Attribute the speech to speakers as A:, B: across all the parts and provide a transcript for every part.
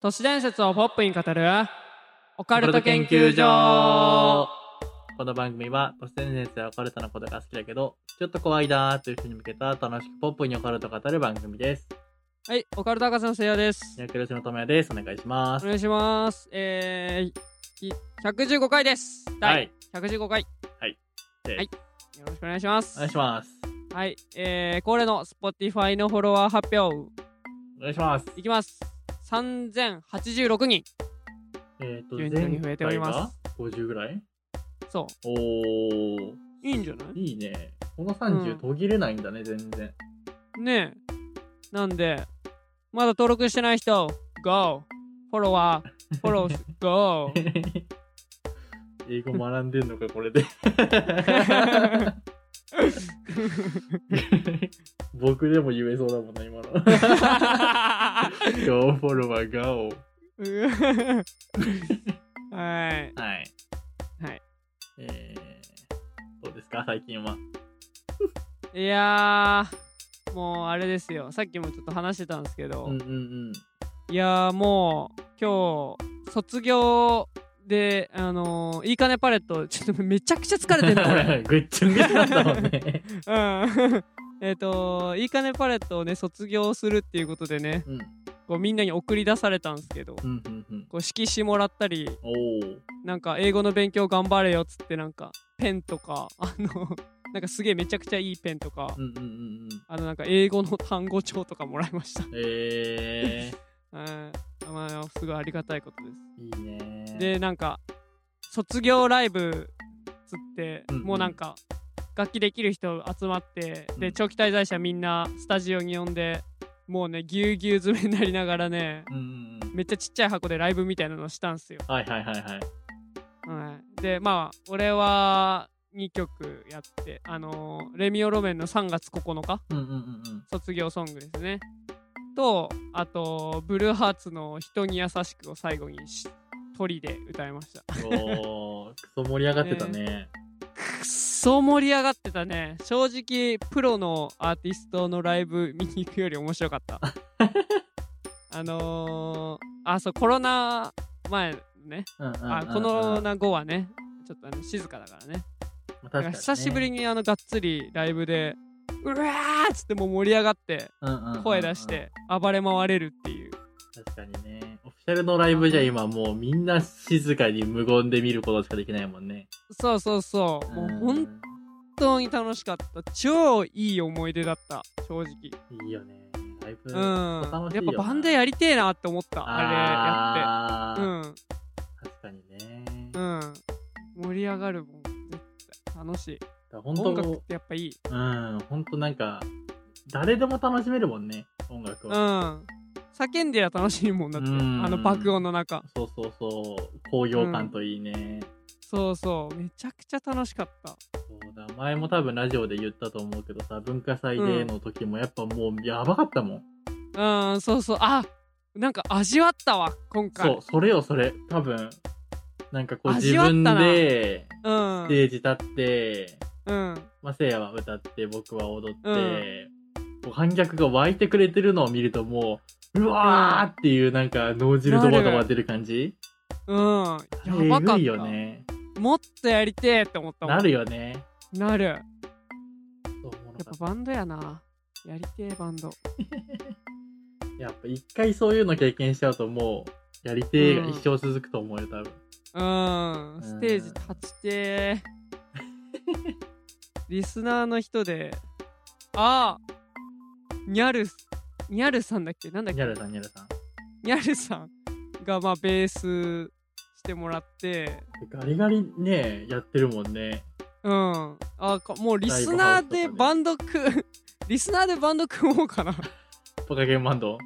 A: 都市伝説をポップに語るオカ
B: オカ
A: ル
B: ル
A: ト
B: ト
A: 研
B: 研
A: 究
B: 究
A: 所
B: 所この番組は、都市伝説やオカルトのことが好きだけど、ちょっと怖いなーという人に向けた楽しくポップにオカルトを語る番組です。
A: はいオカルト博士のせいやです
B: ヤクルトのとめです。お願いしま
A: お
B: す。
A: 願いしますえー、い115回です
B: は
A: 第
B: い。
A: 115回
B: はいで
A: はいよろしくお願いします
B: お願いします。
A: はいえー、恒例の Spotify のフォロワー発表
B: お願いします。
A: いきます3086人
B: えっ、ー、と、
A: 順調に増えております
B: 前回が50ぐらい
A: そ
B: おー、
A: ういいんじゃない
B: いいね。この
A: うん
B: 30途切れないんだね、全然。
A: ねえなんでまだ登録してない人 GO フォロワーフォロー GO
B: 英語学んでんのか、これで。僕でも言えそうだもんな、今の。Go f o l l o w go.
A: はい。
B: はい。
A: はい。
B: えー、どうですか、最近は。
A: いやー、もうあれですよ。さっきもちょっと話してたんですけど、
B: うんうん
A: いやーもう今日、卒業で、あのー、いいかねパレット、ちょっとめちゃくちゃ疲れてるこれ。
B: うん。 ぐっちゃぐちゃだったもんね。
A: うん。 えっと、いいかねパレットをね、卒業するっていうことでね、
B: うん
A: こうみんなに送り出されたんですけど、
B: うんうんうん。
A: こう色紙もらったり、
B: おー。
A: なんか英語の勉強頑張れよっつってなんかペンとかあの なんかすげえめちゃくちゃいいペンとか、
B: うんうんうんうん。
A: あのなんか英語の単語帳とかもらいました。
B: え
A: うんまあすごいありがたいことで
B: ー、いいね
A: す。、でなんか卒業ライブつって、
B: うんうん
A: もうなんか楽器できる人集まって、
B: う
A: で
B: ん
A: 長期滞在者みんなスタジオに呼んでもうねぎゅうぎゅう詰めになりながらね
B: うんうんうん。
A: めっちゃちっちゃい箱でライブみたいなのしたんすよ。
B: はいはいはいはい。
A: はい、でまあ俺は2曲やってあのーレミオロメンの3月9日
B: うんうんうんうん。
A: 卒業ソングですねとあとブルーハーツの「人に優しく」を最後にし鳥で歌いました
B: おー、クソ盛り上がってたね。
A: くっそ盛り上がってたね正直プロのアーティストのライブ見に行くより面白かった あのー、あそうコロナ前ね
B: うんうんうんうん
A: あコロ、ナ後はねちょっとあの静かだからね
B: ま
A: だ
B: あ確か
A: か
B: に
A: ら
B: ね
A: 久しぶり。にあのがっつりライブでうわーっつってもう盛り上がって
B: うんうんうんうん
A: 声出し。て暴れ回れるっていう
B: 確かにね。オフィシャルのライブじゃ今もうみんな静かに無言で見ることしかできないもんね。
A: そうそうそうもう本
B: ん
A: 当に楽しかった超いい思い出だった正直
B: いいよね。ライブ、
A: う
B: ほんと
A: ん
B: 楽しい
A: や
B: よ
A: っ
B: な
A: ぱバンドやりてえなって思ったあれや
B: あ
A: って
B: ー確かにね。
A: う
B: だか
A: んうん盛り上がるもん絶対楽しい
B: ら本当
A: 音楽ってやっぱいい
B: うん、本当なんか、誰でも楽しめるもんね、音楽
A: うん
B: は。
A: 叫んでりゃ楽しいもんだって
B: うん
A: あの爆音の中
B: そうそうそう、高揚感といいね。
A: そうそうめちゃくちゃ楽しかった
B: そうだ、前も多分ラジオで言ったと思うけどさ、文化祭での時もやっぱもうやばかったもん。
A: うん、そうそう。あ、なんか味わったわ、今回。
B: そう、それよ、それ。多分、なんかこう自
A: 味わった
B: 分
A: な
B: で、
A: う。ん。
B: ステージ立って、
A: うん。
B: まあ、せいやは歌って、僕は踊って、
A: うん
B: こう観客が湧いてくれてるのを見るともう、うわーっていうなんか脳汁ドバドバ出る感じ
A: うん。やばか
B: あ
A: っ
B: れえぐ
A: た。
B: いよね。
A: もっとやりてえって思ったもん。
B: なるよね。
A: なる。や
B: そう思わな
A: っ
B: か
A: ぱ
B: った
A: バンドやな。やりてえバンド。
B: やっぱ一回そういうの経験しちゃうともう、やりてえが一生続くと思うよ、多分。
A: うん。ステージ立ちて え。リスナーの人で、あニャルス、ニャルさんだっけなんだっ
B: ニ
A: け
B: ャルさん、ニャルさん。
A: ニャルさんが、まあ、ベースしてもらって、
B: ガリガリね、やってるもんね。
A: うん。あ、こもうリスナーでバンド組、リスナーでバンド組もうかな。
B: ポカゲンバンド。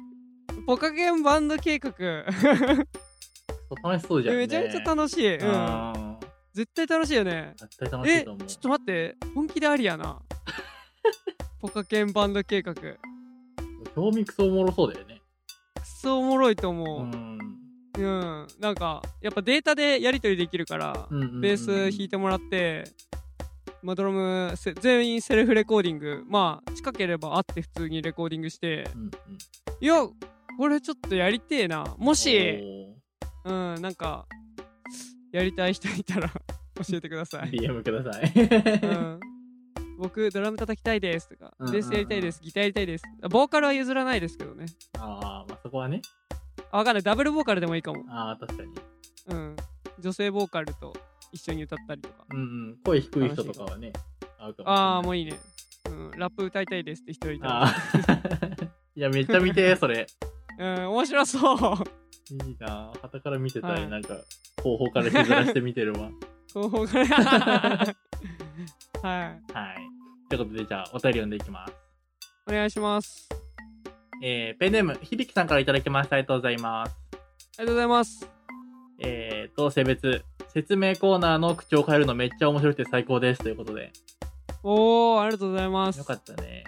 A: ポカゲンバンド計画。
B: 楽しそうじゃん、ね。
A: めちゃめちゃ楽しい。うん。
B: うん。
A: 絶対楽しいよね。
B: 絶対楽しい
A: え、ち
B: と
A: ょっ
B: 思う。
A: と待って、本気でありや な。ポカゲンバンド計画。く
B: 興味くそおもろそうだよね。
A: そおもろいと
B: う
A: 思
B: ん。
A: う。うん、なんか、やっぱデータでやり取りできるから、
B: うんうんうんうん
A: ベース弾いてもらって、まあ、ドラムせ全員セルフレコーディングまあ近ければあって普通にレコーディングして、
B: うんうん
A: いや、これちょっとやりてえなもしうんなんかやりたい人いたら 教えてくだ
B: お
A: さ
B: ー
A: い、
B: DM ください。
A: うん、僕ドラム叩きたいですとか
B: うんうんうん
A: ベースやりたいですギターやりたいですあボーカルは譲らないですけどね
B: ああ、まあそこはね。
A: あわかんないダブルボーカルでもいいかも
B: ああ、確かに。
A: うん女性ボーカルと一緒に歌ったりとか
B: うんうん。声低い人とかはね、合うかもしれない。
A: ああもういいね、うん、ラップ歌いたいですって人いたら
B: あー いや、めっちゃ見て、それ。
A: うん面白そう
B: いいなぁ。旗から見てたり、
A: はい
B: なんか、後方から削らして見てるわ。
A: 方 法がはい
B: はい。ということで、じゃあ、お便り読んでいきます。
A: お願いしますあ
B: えー、ペンネーム、響さんからいただきました。ありがとうございます。
A: りがとうございます
B: えーと、性別、説明コーナーの口を変えるのめっちゃ面白くて最高です。ということで。
A: おーありがとうございます
B: よかったね。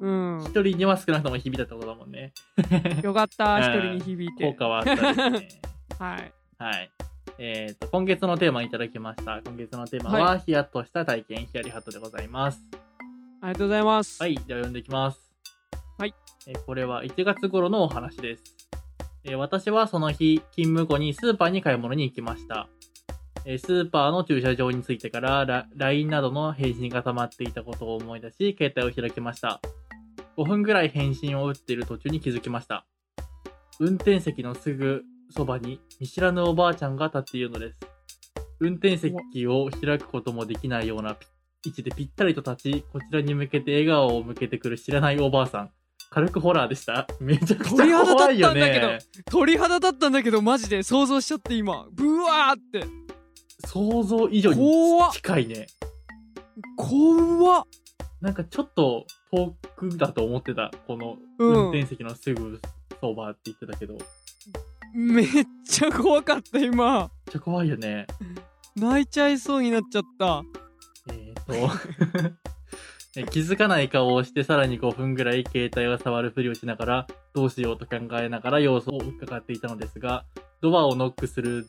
A: うん
B: 一人には少なくとも響いたってことだもんね。
A: よかった
B: うん
A: 一人に響いて
B: 効果はあったですね。
A: はい
B: はい。えーと、今月のテーマいただきました。今月のテーマは、ヒヤッとした体験、ヒヤリハットでございます。
A: ありがとうございます
B: はい、では読んでいきます。
A: はい。
B: えーこれは1月頃のお話です。えー私はその日、勤務後にスーパーに買い物に行きました。えースーパーの駐車場に着いてから、ラ LINE などの返信が溜まっていたことを思い出し、携帯を開きました。5分ぐらい返信を打っている途中に気づきました。運転席のすぐそばに見知らぬおばあちゃんが立っているのです。運転席を開くこともできないような位置でぴったりと立ち、こちらに向けて笑顔を向けてくる知らないおばあさん。軽くホラーでした。めちゃくち
A: 鳥
B: ゃ
A: 肌
B: 怖い
A: 立った
B: よ
A: んだけど
B: ね。
A: 鳥肌立ったんだけどマジで想像しちゃって今ブワーって
B: 想像以上に
A: 怖っ
B: 近いね。
A: 怖っ
B: なんかちょっと遠くだと思ってた。この
A: うん
B: 運転席のすぐそばって言ってたけど。めっ
A: めっちゃ怖かった今
B: ちゃ怖いよね。
A: 泣いちゃいそうになっちゃった
B: えーと え気づかない顔をしてさらに5分ぐらい携帯を触るふりをしながらどうしようと考えながら様子を伺っていたのですがドアをノックする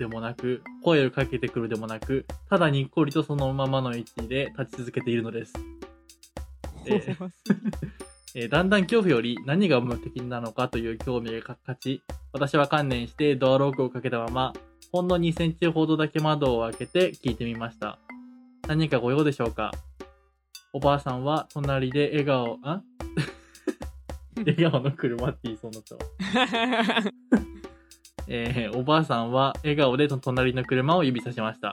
B: でもなく声をかけてくるでもなくただにっこりとそのままの位置で立ち続けているのです、
A: 怖
B: え
A: す
B: ー
A: ぎる
B: えーだんだん恐怖より何が無敵なのかという興味が勝ち私は観念してドアロックをかけたままほんの2センチほどだけ窓を開けて聞いてみました。何かご用でしょうかおばあさんは隣で笑顔、あ笑顔の車って言いそうになったわ。えーおばあさんは笑顔で隣の車を指さしました。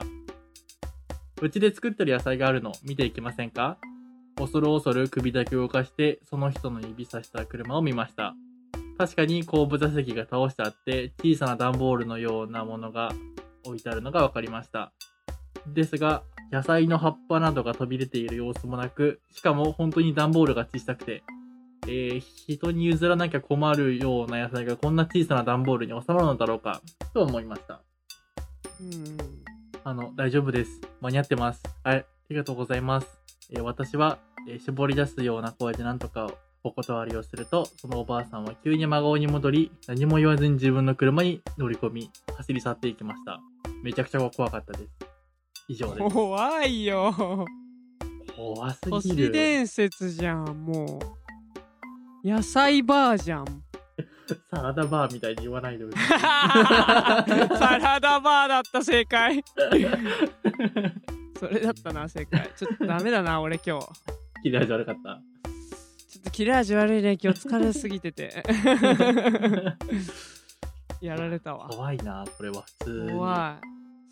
B: うちで作ってる野菜があるの見ていきませんか恐る恐る首だけ動かしてその人の指さした車を見ました。確かに後部座席が倒してあって小さな段ボールのようなものが置いてあるのが分かりました。ですが野菜の葉っぱなどが飛び出ている様子もなくしかも本当に段ボールが小さくてえー人に譲らなきゃ困るような野菜がこんな小さな段ボールに収まるのだろうかと思いました。
A: うん
B: あの、大丈夫です。間に合ってます。はい、ありがとうございます。えー私は、えー絞り出すような声で何とかお断りをすると、そのおばあさんは急に真顔に戻り、何も言わずに自分の車に乗り込み、走り去っていきました。めちゃくちゃ怖かったです。以上です。
A: 怖いよ
B: 怖す
A: 都
B: ぎ
A: 市
B: る。
A: 伝説じゃんもう野菜バーじゃん
B: サラダバーみたいに言わないでほしい。
A: サラダバーだった正 解それだったな正解ちょっとダメだな俺今日
B: 切れ味悪かった。
A: ちょっと切れ味悪いね今日疲れすぎてて やられたわ
B: 怖いなこれは普通に
A: 怖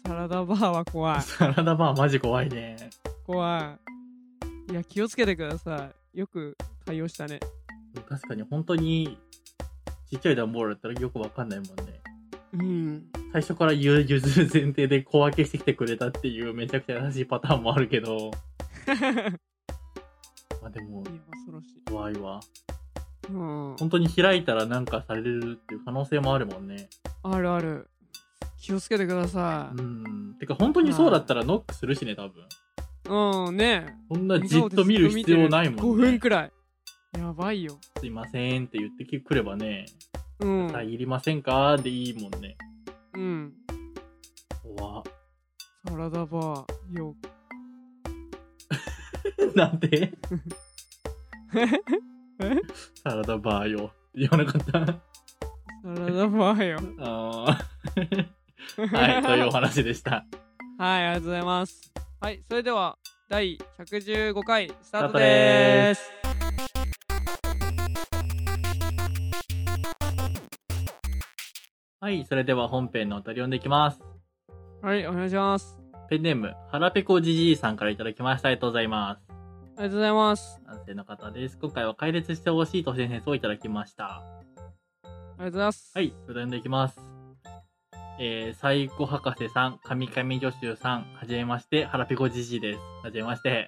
A: いサラダバーは怖い
B: サラダバーマジ怖いね
A: 怖いいや気をつけてくださいよく対応したね
B: 確かに本当にちっちゃい段ボールだったらよくわかんないもんね
A: うん
B: 最初からゆ譲る前提で小分けしてきてくれたっていうめちゃくちゃ優しいパターンもあるけ どまあでも
A: いや恐ろしい
B: 怖いわ
A: うん
B: 本当に開いたらなんかされるっていう可能性もあるもんね
A: あるある気をつけてください
B: うんてか本当にそうだったらノックするしね多分
A: うんね
B: そんなじっと見る必要ないも
A: 5
B: んね
A: 分くらいやばいよ
B: すいませんって言ってくればね
A: うん、
B: 「いりませんか?」でいいもんね
A: うん
B: 怖っ
A: サラダバーよ
B: なんで
A: え
B: サラダバーよ。言わなかった。
A: 体もあるよ。
B: あー はい、と いうお話でした。
A: はい、ありがとうございます。はい、それでは第115回スタートでーす。
B: はい、それでは本編のお便り読んでいきます。
A: はい、お願いします。
B: ペンネーム、腹ペコじじいさんからいただきました。ありがとうございます。
A: ありがとうございます。
B: 男性の方です。今回は解列してほしいと先生をいただきました。
A: ありがとうございます。
B: はい、それでは読んでいきます。えー、サイコ博士さん、神々女子さん、はじめまして、腹ペコじじいです。はじめまして。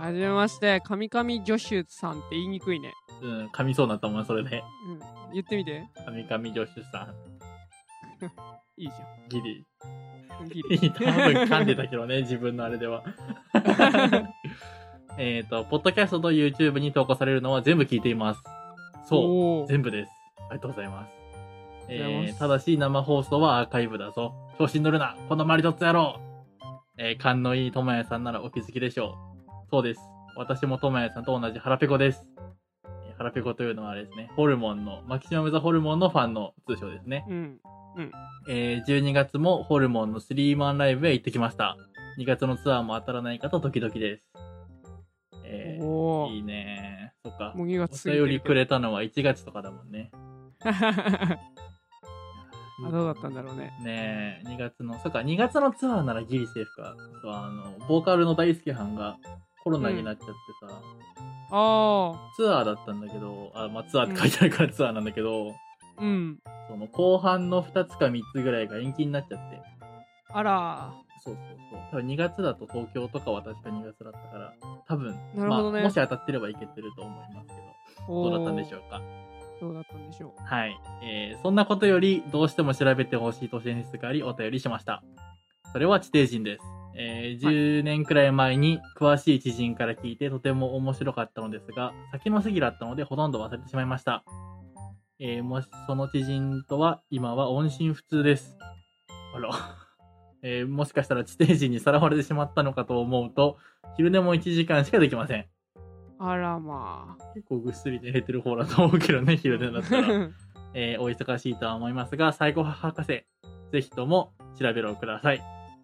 A: はじめまして、カミカミジョシュさんって言いにくいね。
B: うん、噛みそうになったもんな、それで。
A: うん、言ってみて。
B: 神々女子さん、
A: いいじ
B: ギリ。
A: ゃん。ギ
B: 多
A: リ。
B: 分噛んでたけど ね、自分のあれでは。えっと、ポッドキャストと YouTube に投稿されるのは全部聞いています。そう。
A: おー
B: 全部です。ありがとうございます。
A: ありがとうござい
B: え
A: ま
B: ー、
A: す
B: ただし生放送はアーカイブだぞ。調子に乗るな。このマリトッツォ野郎。えー、勘のいいともやさんならお気づきでしょう。そうです。私もともやさんと同じ腹ペコです。えー腹ペコというのはあれですね、ホルモンの、マキシマムザホルモンのファンの通称ですね。
A: うん。
B: えー、12月もホルモンのスリーマンライブへ行ってきました。2月のツアーも当たらないかとドキドキです。えー
A: おお
B: い。いねそっか。
A: もう2
B: お
A: 月過ぎ
B: 便
A: て
B: り
A: る
B: く
A: け
B: れたのは1月とかだもんね。
A: ど。あどうだったんだろうね。
B: ねえ、2月の、そっか、2月のツアーならギリセーフか。そうあの、ボーカルの大輔班がコロナになっちゃってさ、
A: あ
B: ツアーだったんだけど、あ、まあ、ツアーって書いてあるからツアーなんだけど、
A: あ、うん。
B: その後半の2つか3つぐらいが延期になっちゃって。
A: あら、
B: そうそうそう。多分2月だと東京とかは確か2月だったから、多分、
A: なるほどね
B: まあ、もし当たってればいけてると思いますけど、
A: お
B: ど
A: ー
B: うだったんでしょうか。
A: どうだったんでしょ
B: はい。えーそんなことより、どうしても調べてほしい都市伝説があり、お便りしました。それは地底人です。えー
A: はい
B: 10年くらい前に詳しい知人から聞いてとても面白かったのですが、先の過ぎだったのでほとんど忘れてしまいました。えーもしその知人とは今は音信不通です。あら。 えーもしかしたら地底人にさらわれてしまったのかと思うと、昼寝も1時間しかできません。
A: う。あらまあ。
B: 結構ぐっすり寝れてる方だと思うけどね、昼寝だったら。えーお忙しいとは思いますが、最高博士、ぜひとも調べろください。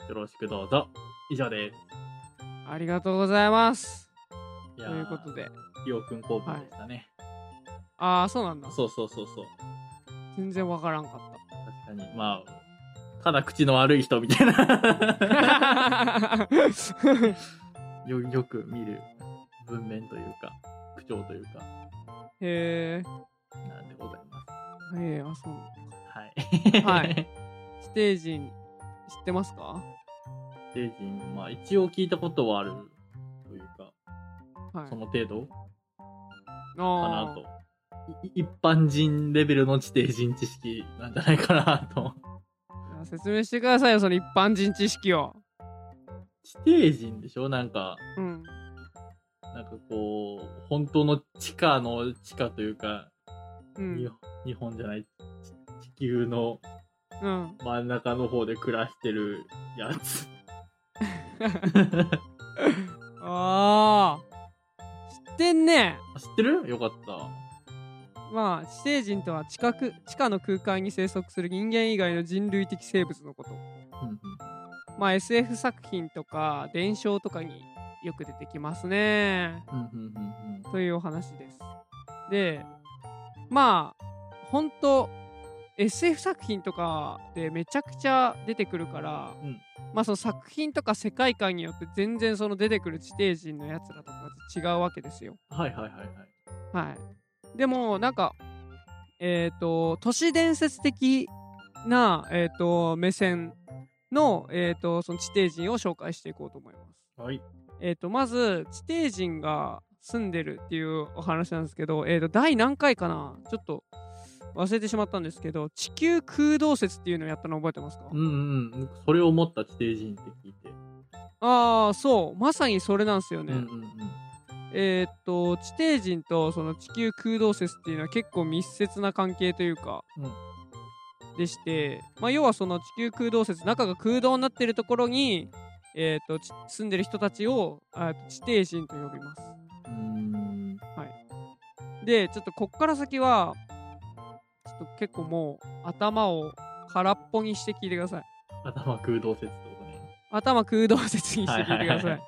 B: よろしくどうぞ。以上です。
A: ありがとうございます。
B: い
A: と
B: や
A: い
B: ー
A: うこと。で。
B: りょうくん公文でしたね。
A: ああ、そうなんだ。
B: そうそうそうそう。
A: 全然わからんかっ
B: 確かに。まあ、ただ口の悪い人みた いな。
A: た。
B: よ、よく見る文面というか、口調というか、
A: へえ。
B: なんでございます。
A: へえ、あ、そう。
B: はい。
A: はい。ステージン知ってますか
B: 成人、まあ一応聞いたことはあるというか、
A: はい。
B: その程度か
A: あ
B: な
A: あ
B: と。い一般人レベルの地底人知識なんじゃないかなと。
A: いや説明してくださいよ、その一般人知識を。
B: 地底人でしょなんか、
A: うん。
B: なんかこう、本当の地下の地下というか、
A: う
B: 日
A: ん。
B: 本日本じゃない、ち地球の
A: うん。
B: 真ん中の方で暮らしてるやつ。
A: ああ。知ってんね。
B: 知ってるよかった。
A: まあ、地底人とは地下く地下の空間に生息する人間以外の人類的生物のこと。
B: うんうん
A: まあ、SF 作品とか伝承とかによく出てきますね。
B: うんうんうん
A: というお話です。で、まあ、ほんと、SF 作品とかでめちゃくちゃ出てくるから、
B: うん
A: まあその作品とか世界観によって全然その出てくる地底人のやつらとかと違うわけですよ。
B: うんはいはいはいはい。
A: はい。でも、なんか、えっ、と、都市伝説的な、えっ、と、目線の、えっ、と、その地底人を紹介していこうと思います。
B: はい。
A: えー、とまず地底人が住んでるっていうお話なんですけど、えー、と第何回かなちょっと忘れてしまったんですけど地球空洞説っていうのをやったの覚えてますか、
B: うんうんうん。それを思った地底人って聞いて。
A: ああそうまさにそれなんですよ
B: うん
A: ね、
B: うんうん。
A: えっ、と地底人とその地球空洞説っていうのは結構密接な関係というか、
B: うん
A: でして、まあ、要はその地球空洞説中が空洞になってるところに、えー、とち住んでる人たちをあー地底人と呼びます
B: うーん。
A: でちょっとこっから先はょっと結構もう頭を空っぽにして聞いてください。
B: 頭空洞説ってことね。
A: 頭空洞説にして聞いてくだ
B: はいはいは
A: さ
B: い
A: い。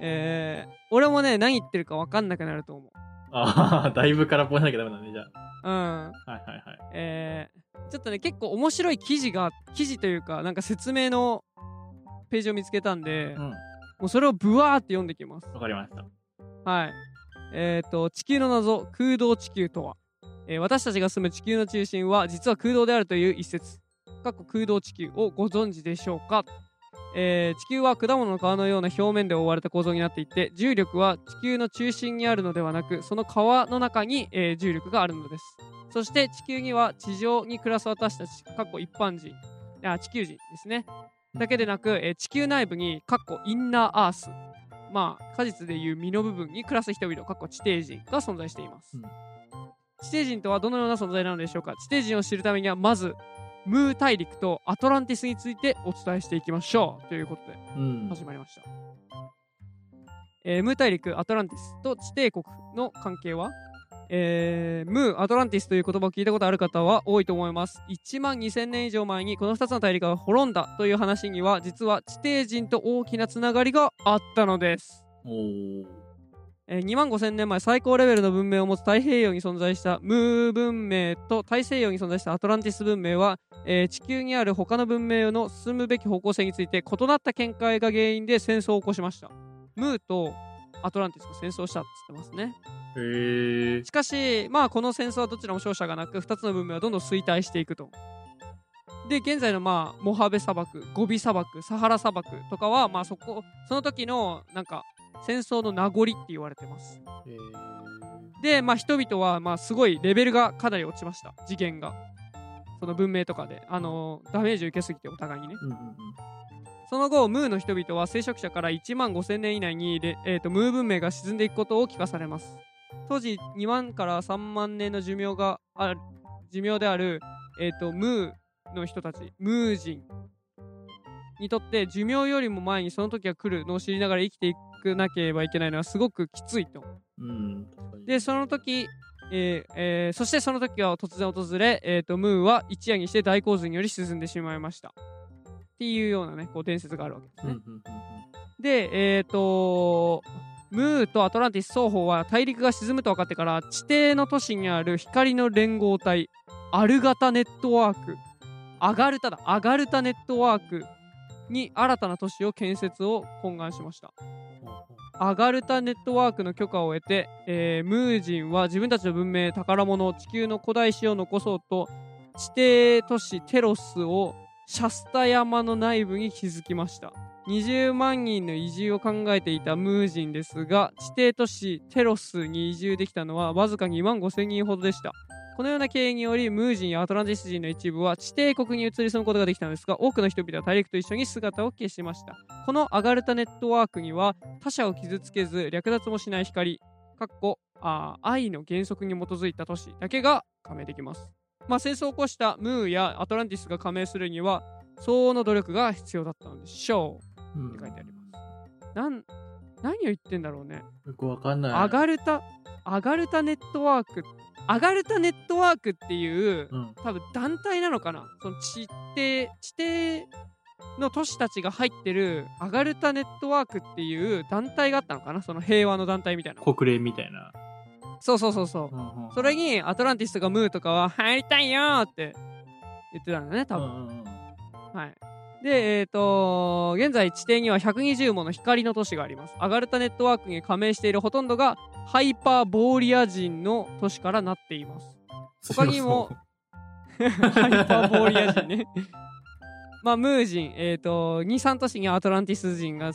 A: えー、俺もね、何言ってるか分かんなくなると思う。
B: ああ、だいぶ空っぽにしなきゃダメだね、じゃ
A: うん。
B: あ。はいはいはい。
A: えー、ちょっとね、結構面白い記事が、記事というか、なんか説明のページを見つけたんで、
B: うん、
A: もうそれをブワーって読んできます。
B: わかりました。
A: はい。えっ、と、地球の謎、空洞地球とは、えー私たちが住む地球の中心は、実は空洞であるという一説、かっこ空洞地球をご存知でしょうか、えー地球は果物の皮のような表面で覆われた構造になっていて、重力は地球の中心にあるのではなく、その皮の中に、えー重力があるのです。そして地球には地上に暮らす私たち、かっこ一般人、あ地球人ですね。だけでなく、えー地球内部に、かっこインナーアース、まあ、果実でいう実の部分に暮らす人々、かっこ地底人が存在しています。
B: うん
A: 地底人とはどのような存在なのでしょうか地底人を知るためには、まず、ムー大陸とアトランティスについてお伝えしていきましょうということで
B: うん。
A: 始まりました。えームー大陸、アトランティスと地底国の関係はえームー、アトランティスという言葉を聞いたことある方は多いと思います。1万2000年以上前にこの2つの大陸が滅んだという話には、実は地底人と大きなつながりがあったのです。
B: おー。
A: え2万5000年前最高レベルの文明を持つ太平洋に存在したムー文明と大西洋に存在したアトランティス文明は、えー地球にある他の文明の進むべき方向性について異なった見解が原因で戦争を起こしましたムーとアトランティスが戦争したって言ってますね
B: へえ。
A: しかしまあこの戦争はどちらも勝者がなく2つの文明はどんどん衰退していくとで現在のまあモハベ砂漠ゴビ砂漠サハラ砂漠とかはまあそこその時のなんか戦争の名残って言われてます
B: へえ。
A: で、まあ、人々は、まあ、すごいレベルがかなり落ちました。次元が。その文明とかで、あのーダメージを受けすぎてお互いにね。
B: うんうんうん。
A: その後、ムーの人々は聖職者から1万5000年以内にレ、えーとムー文明が沈んでいくことを聞かされます。当時、2万から3万年の寿命がある、寿命である、えーとムーの人たち、ムー人にとって寿命よりも前にその時が来るのを知りながら生きていくなければいけないのはすごくきついと。
B: うん、確かに。
A: で、その時、えーえーそしてその時は突然訪れ、えーとムーは一夜にして大洪水により沈んでしまいました。っていうようなね、こう伝説があるわけです
B: うんう
A: ね。
B: んうん
A: で、えっ、とムーとアトランティス双方は大陸が沈むと分かってから、地底の都市にある光の連合体、アルガタネットワーク、アガルタだ、アガルタネットワークに新たな都市を建設を懇願しました。
B: うん。ほうほ
A: アガルタネットワークの許可を得て、えームー人は自分たちの文明宝物地球の古代史を残そうと地底都市テロスをシャスタ山の内部に築きました20万人の移住を考えていたムー人ですが地底都市テロスに移住できたのはわずか2万5000人ほどでしたこのような経緯によりムー人やアトランティス人の一部は地底国に移り住むことができたのですが多くの人々は大陸と一緒に姿を消しましたこのアガルタネットワークには他者を傷つけず略奪もしない光かっこあー愛の原則に基づいた都市だけが加盟できます、まあ、戦争を起こしたムーやアトランティスが加盟するには相応の努力が必要だったのでしょ
B: ううん
A: うって書いてありますなん何を言ってんだろうね、
B: よくわかんない。
A: アガルタアガルタネットワークアガルタネットワークっていう
B: うん。
A: 多分団体なのかなその地底地底の都市たちが入ってるアガルタネットワークっていう団体があったのかなその平和の団体みたいな
B: 国連みたいな。
A: そうそうそうそううん
B: うん
A: それにアトランティスとかムーとかは入りたいよーって言ってたんだね多分、
B: うんうんうん
A: はいでえっ、と現在地底には120もの光の都市がありますアガルタネットワークに加盟しているほとんどがハイパーボーリア人の都市からなっています他にもハイパーボーリア人ね。まあ、ムー人、えっ、と、2、3都市にアトランティス人が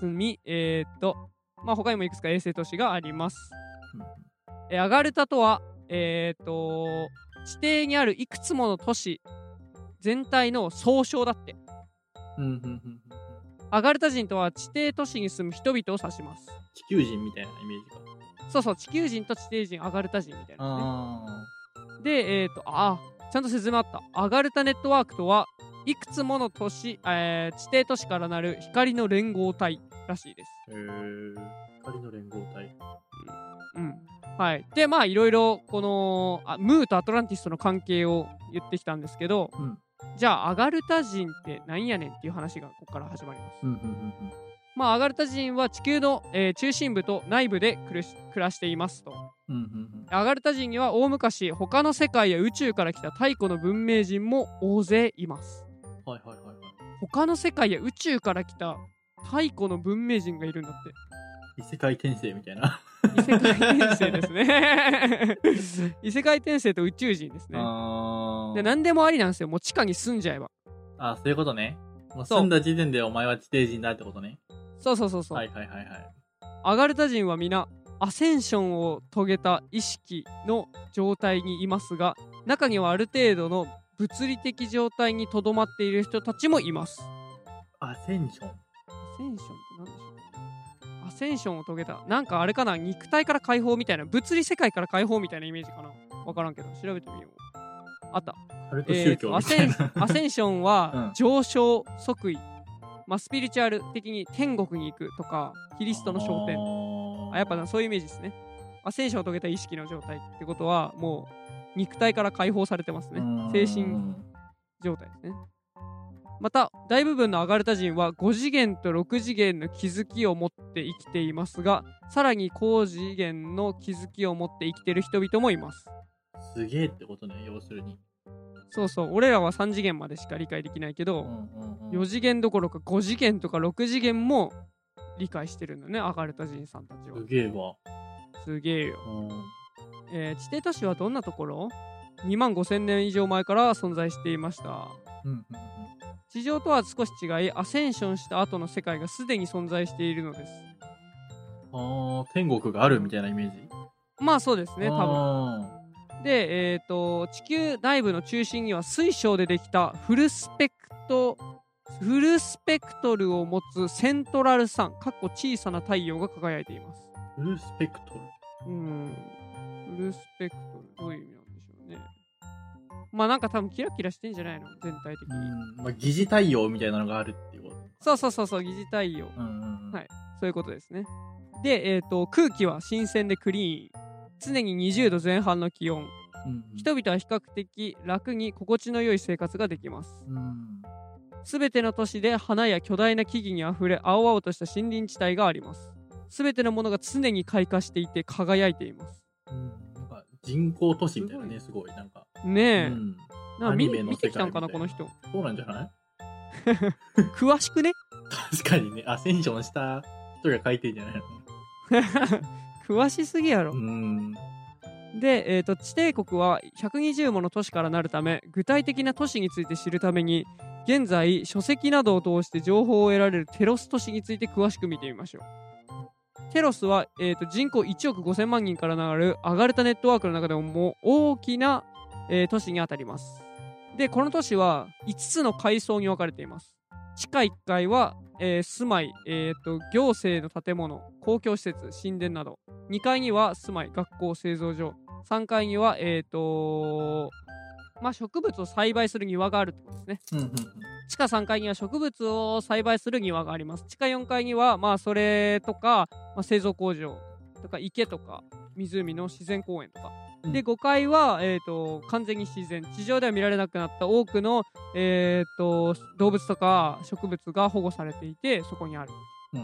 A: 住み、えっ、と、まあ、他にもいくつか衛星都市があります。えーアガルタとは、えっ、と、地底にあるいくつもの都市全体の総称だって。
B: うんうんうんうん。
A: アガルタ人とは地底都市に住む人々を指します。
B: 地球人みたいなイメージが。
A: そうそう、地球人と地底人、アガルタ人みたいな、ね。
B: あ
A: で、えっ、と、あ、ちゃんと説明あった。アガルタネットワークとは、いくつもの都市、えー地底都市からなる光の連合体らしいです。
B: あ。へえ。光の連合体。
A: うん。はい、でまあいろいろこのあムーとアトランティスとの関係を言ってきたんですけど、
B: うん
A: じゃあアガルタ人ってなんやねんっていう話がここから始まります。
B: うんうんうん
A: まあ、アガルタ人は地球の、えー中心部と内部で暮らし暮らしていますと。
B: うんうんうん
A: アガルタ人には大昔他の世界や宇宙から来た太古の文明人も大勢います。
B: うんはいはいはいはい
A: 他の世界や宇宙から来た太古の文明人がいるんだって。
B: 異世界転生みたいな、
A: 異世界転生です ね異世界転生と宇宙人ですね
B: あー
A: で何でもありなんですよもう地下に住んじゃえば
B: あーそういうことねもう
A: そう
B: 住んだ時点でお前は地底人だってことね
A: そうそうそうそう、
B: はいはいはいはい
A: アガルタ人は皆アセンションを遂げた意識の状態にいますが中にはある程度の物理的状態にとどまっている人たちもいます
B: アセンション
A: アセンションって何でしょうアセンションを遂げたなんかあれかな肉体から解放みたいな物理世界から解放みたいなイメージかな分からんけど調べてみようあった
B: カルト
A: え
B: 宗
A: ーと
B: 教みたいな、
A: アセンション
B: うん
A: は上昇即位、まあ、スピリチュアル的に天国に行くとかキリストの昇天あやっぱなそういうイメージですねアセンションを遂げた意識の状態ってことはもう肉体から解放されてますね精神状態ですねまた大部分のアガルタ人は5次元と6次元の気づきを持って生きていますがさらに高次元の気づきを持って生きてる人々もいます
B: すげえってことね要するに、
A: そうそう俺らは3次元までしか理解できないけど、
B: うんうんうん
A: 4次元どころか5次元とか6次元も理解してるんだねアガルタ人さんたちは
B: すげえわ、
A: すげえよ、
B: うん
A: えー地底都市はどんなところ2万5000年以上前から存在していました
B: うんうん
A: 地上とは少し違いアセンションした後の世界がすでに存在しているのです
B: うん、あー天国があるみたいなイメージ
A: まあそうですね多分
B: 分
A: でえっ、と地球内部の中心には水晶でできたフルスペクトフルスペクトルを持つセントラルサンかっこ小さな太陽が輝いています
B: フルスペクトル
A: うん。フルスペクトル、どういう意味なんでしょうね。まあなんか多分キラキラしてんじゃないの全体的
B: う
A: に。
B: んまあ、疑似太陽みたいなのがあるっていうこと。
A: そうそうそうそう、疑似太陽。
B: うんうんうん
A: はいそういうことですね。で、えっ、と、空気は新鮮でクリーン。常に20度前半の気温。
B: うんうん
A: 人々は比較的楽に心地の良い生活ができます。
B: うん
A: すべての都市で花や巨大な木々にあふれ、青々とした森林地帯があります。すべてのものが常に開花していて輝いています。
B: うんなんか人工都市みたいなね、すごい。なんか、
A: ね
B: う
A: え、
B: ん、
A: なんか見
B: アニメの
A: 見てきたんかな、
B: 世
A: こ
B: 界
A: の
B: みた
A: 人。
B: そうなんじゃない
A: 詳しくね
B: 確かにね、アセンションした人が書いてんじゃないの
A: 詳しすぎやろ、
B: うん。
A: で、えー、と地底国は120もの都市からなるため具体的な都市について知るために現在書籍などを通して情報を得られるテロス都市について詳しく見てみましょうテロスは、えー、と人口1億5000万人からなるアガルタネットワークの中でももう大きな、えー都市にあたりますでこの都市は5つの階層に分かれています地下1階は、えー住まい、えー、と行政の建物公共施設神殿など2階には住まい学校製造所3階にはえっ、とまあ植物を栽培する庭があるってことですね
B: うんうん
A: 地下3階には植物を栽培する庭があります地下4階にはまあそれとか、まあ、製造工場とか池とか湖の自然公園とか、
B: うん
A: で5階は、えー、と完全に自然地上では見られなくなった多くの、えー、と動物とか植物が保護されていてそこにある、
B: う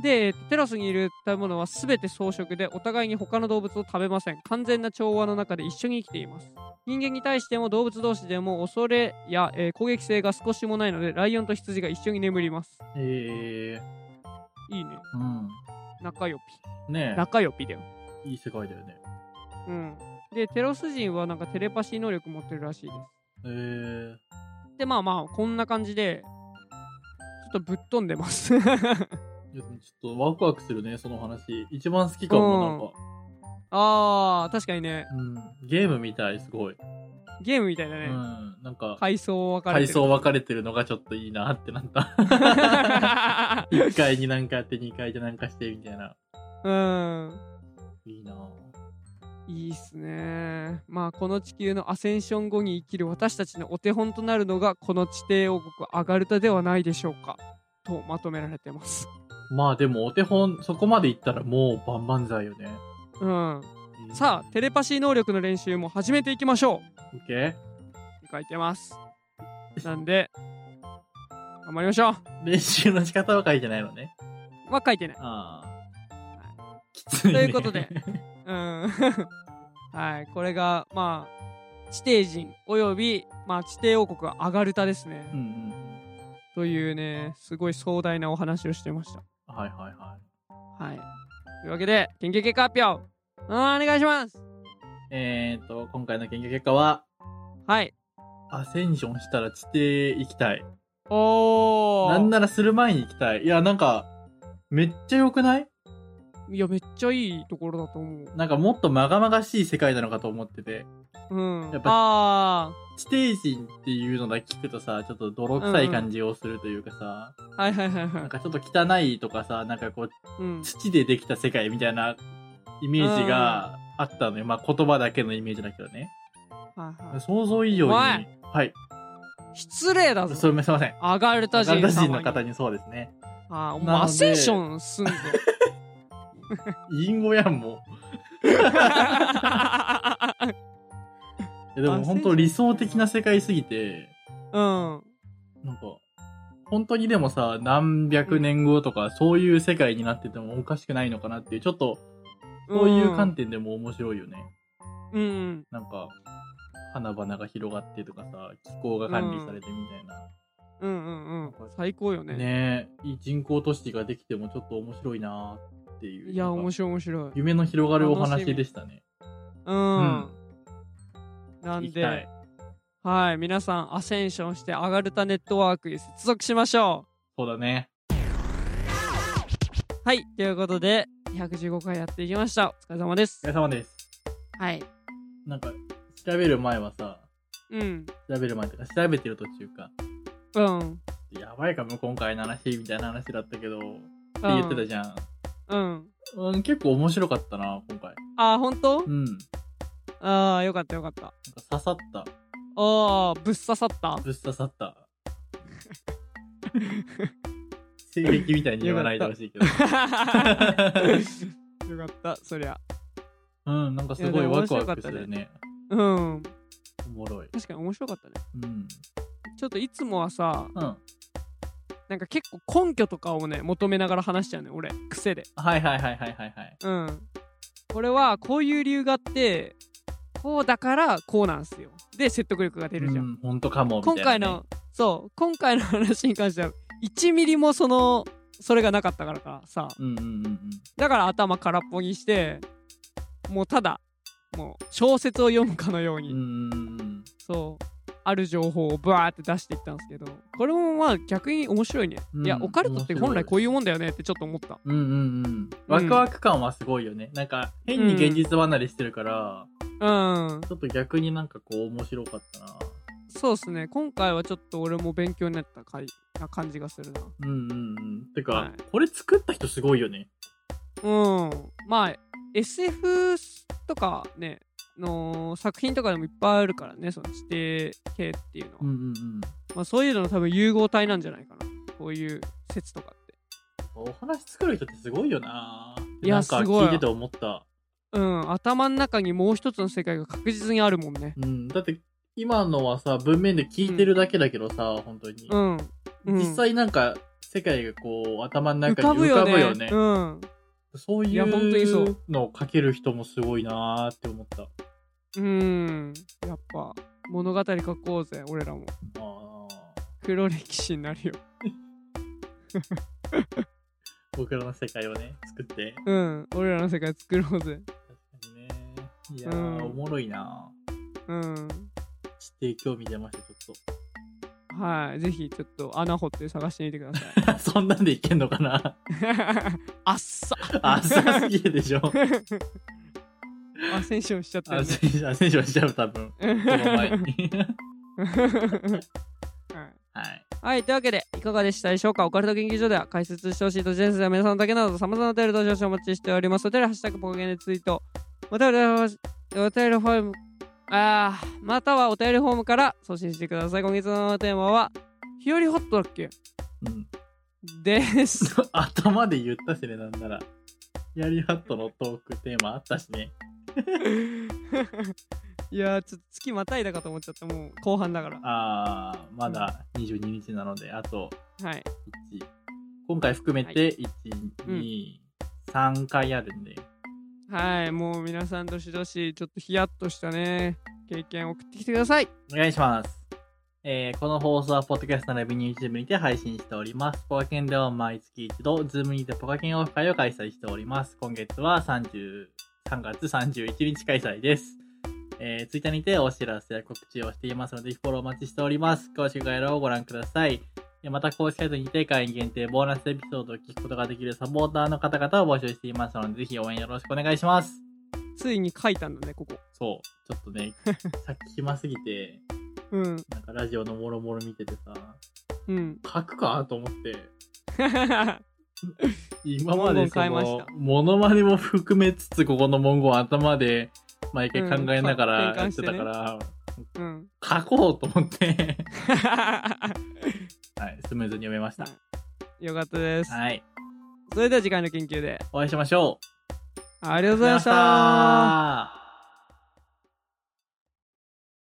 B: ん
A: でえーとテラスにいる食べ物は全て草食でお互いに他の動物を食べません完全な調和の中で一緒に生きています人間に対しても動物同士でも恐れや、えー攻撃性が少しもないのでライオンと羊が一緒に眠ります
B: うん。え
A: いいね
B: ー、うん。
A: 仲良
B: ね
A: ぴ
B: え
A: 仲良ぴだよ、
B: いい世界だよね。
A: うんでテロス人はなんかテレパシー能力持ってるらしいです
B: えー、
A: でまあまあこんな感じでちょっとぶっ飛んでます
B: いやでもちょっとワクワクするね、その話。一番好きかも、
A: あー確かにね
B: なんか。うん。ゲームみたい、すごい。
A: ゲームみたいだ
B: う
A: ね、
B: ん。なんか、
A: 階層分かれ
B: 階
A: てる
B: 層分かれてるのがちょっといいなってなった。1
A: う
B: 階になんかやって2階でなんかしてみたいな。
A: ん
B: いいなぁ。
A: いいっすねまあこの地球のアセンション後に生きる私たちのお手本となるのがこの地底王国アガルタではないでしょうかとまとめられてます
B: まあでもお手本、そこまでいったらもう万々歳よね。
A: うん
B: い
A: さあテレパシー能力の練習も始めていきましょうっ
B: OK?
A: て書いてますなんで頑張りましょう
B: 練習の仕方は書いてないのね。
A: は書いてない
B: ああ。きつい、ね。
A: ということで。うん はいこれがまあ地底人および、まあ、地底王国アガルタですね、
B: うんうん。
A: というねすごい壮大なお話をしてました
B: はいはいはい。
A: はいというわけで研究結果発表うんお願いします
B: えーと、今回の研究結果は、
A: はい
B: アセンションしたら地底行きたい。
A: おー
B: なんならする前に行きたい。いや、なんか、めっちゃ良くない
A: いやめっちゃいいところだと思う
B: なんかもっとまがまがしい世界なのかと思ってて。
A: うん
B: やっぱ
A: あ
B: 地底人っていうのだけ聞くとさ、ちょっと泥臭い感じをするというかさ、
A: あはいはいはい
B: なん
A: は
B: かちょっと汚いとかさ、なんかこう、
A: い、うん、
B: 土でできた世界みたいなイメージがあったのよ。まあ言葉だけのイメージだけどね。
A: はいはい
B: 想像以上に。
A: お
B: はい
A: い。失礼だ
B: そ
A: ぞ
B: れすいません。
A: アガルタ
B: ガ
A: 人様
B: ンダ
A: に
B: 人の方にそうですね。
A: あーお
B: なの
A: 前
B: で
A: アセンションすんぞ
B: インゴやん、もう。いやでも本当理想的な世界すぎて、
A: うん
B: なんか、本当にでもさ、何百年後とか、そういう世界になっててもおかしくないのかなっていう、ちょっと、そういう観点でも面白いよね。
A: うん、うん、
B: なんか、花々が広がってとかさ、気候が管理されてみたいな。
A: うんうんうん最高よね
B: ねえ、いい人工都市ができてもちょっと面白いなっていう。
A: いや面
B: い。
A: 白い面白い
B: 夢の広がるお
A: 楽し
B: 話
A: み
B: でしたね。
A: うん、
B: うん
A: な
B: 行
A: ん
B: きたい
A: で。はい皆さんアセンションしてアガルタネットワークに接続しましょ
B: そうだね。
A: うはいということで115回やっていきましたお疲れ様です
B: お疲れ様です。
A: はい
B: なんか、調べる前はさ、
A: うん
B: 調べる前とか、調べてる途中か、
A: うんうん
B: やばいかも、今回の話、みたいな話だったけど、って言ってたじゃん。
A: うん
B: うん、結構面白かったな、今回。
A: あー本当
B: うん。なんか
A: ああよかったよかった
B: 刺さった。
A: あーぶっ刺さ った
B: ぶっ刺さ った。性癖みたいに言わないでほし いけど。
A: よかったそりゃ
B: うん、なんかすごいワクワクするね。
A: うん
B: おもろい。
A: 確かに面白かったね
B: うん。
A: ちょっといつもはさ
B: うん。
A: なんか結構根拠とかをね求めながら話しちゃうね俺癖で
B: はいはいはいはいはいはい。
A: うんこれはこういう理由があってこうだからこうなんすよで説得力が出るじゃん、
B: うん、本当かも、みたい
A: 今
B: な、ね。
A: 回の。そう今回の話に関しては1ミリもそのそれがなかったからかさ
B: うんうんうんうん。
A: だから頭空っぽにしてもうただもう小説を読むかのよう
B: う
A: に、
B: んうんうん。
A: そうある情報をブワーって出していったんですけどこれもまあ逆に面白いね、
B: うん
A: いやオカルトって本来こういうもんだよねってちょっと思った
B: うんうんうん。ワクワク感はすごいよね。なんか、変に現実離れしてるから、
A: うん
B: ちょっと逆になんかこう面白かったな。
A: そうですね今回はちょっと俺も勉強になった回な感じがするな
B: うんうんうん。てか、
A: はい
B: これ作った人すごいよね。
A: うんまあ SF とかねの作品とかでもいっぱいあるからねその地底系っていうのは、
B: うんうんうん。
A: まあ、そういうのの多分融合体なんじゃないかなこういう説とかって
B: お話作る人ってすごいよな。
A: いや
B: なんか
A: すごい
B: 聞いてて思った。
A: うん頭の中にもう一つの世界が確実にあるもんね
B: うん。だって、今のはさ、文面で聞いてるだけだけどさ、本当に
A: う。ん、うん、
B: 実際なんか、世界がこう、頭の
A: 浮
B: 中
A: か
B: に
A: ぶ
B: 浮
A: よ
B: か
A: ね
B: ぶよね。
A: うん
B: そう
A: い
B: い
A: や本当にそう
B: うのを書ける人もすごいなーって思った。
A: うんやっぱ物語書こうぜ俺らも
B: あー
A: 黒歴史になるよ
B: 僕らの世界をね、作って。
A: うん俺らの世界作ろうぜ
B: 確かにね。いやー、
A: うん
B: おもろいな
A: うん
B: ー地底興味出ました、ちょっ
A: はいぜひちょっと穴掘って探してみてください
B: と。 そんなんでいけんのか な
A: あっさ
B: あ、さすぎるでしょ。
A: アセンションしちゃったよ
B: あ、
A: ね
B: 選手、あ選手はしちゃう、多分。こ の前に。
A: はい
B: はい。
A: はい、というわけで、いかがでしたでしょうかオカルト研究所では、解説してほしい都市伝説や皆さんだけなど、様々なお便りどしどしお待ちしております。お便り、ハッシュタグ、ポケゲンでツイート。お便りは、お便りフォーム、あー、またはお便りフォームから送信してください。今月のテーマは、日和ホットだっけ
B: うん、
A: です。
B: 頭で言ったしね、なんなら。やりハットのトークテーマあったしね。
A: いやーちょっと月またいだかと思っちゃったもう後半だから
B: あー、まだ22日なので、あと
A: はい
B: 1。今回含めて、1、
A: うん
B: 2、3回あるんで。
A: はいもう皆さんどしどしちょっとヒヤッとしたね経験送ってきてください
B: お願いします。えーこの放送は、ポッドキャストのレビュー YouTube にて配信しております。ポカケンでは毎月一度、ズームにてポカケンオフ会を開催しております。今月は30、3月31日開催です。えー、Twitter にてお知らせや告知をしていますので、ぜひフォローお待ちしております。詳しく概要欄をご覧ください。えーまた、公式サイトにて会員限定ボーナスエピソードを聞くことができるサポーターの方々を募集していますので、ぜひ応援よろしくお願いします。
A: ついに書いたんだねここ
B: そう、ちょっとね、さっき暇すぎて、
A: うん
B: なんかラジオのもろもろ見ててさ、
A: うん
B: 書くかと思って、
A: は
B: 今まで
A: 文言
B: そ
A: 変えまし
B: の
A: た、
B: モノマネも含めつつ、ここの文言を頭で毎回考えなが
A: う
B: ら
A: ん
B: やってたか
A: う
B: ら、
A: ん
B: 書こうと思って、
A: は
B: はい、スムーズに読めました。
A: いよかったです
B: はい、
A: それでは次回の研究で
B: お会いしましょう。
A: ありがとうございまし
B: ありが
A: た
B: とうございました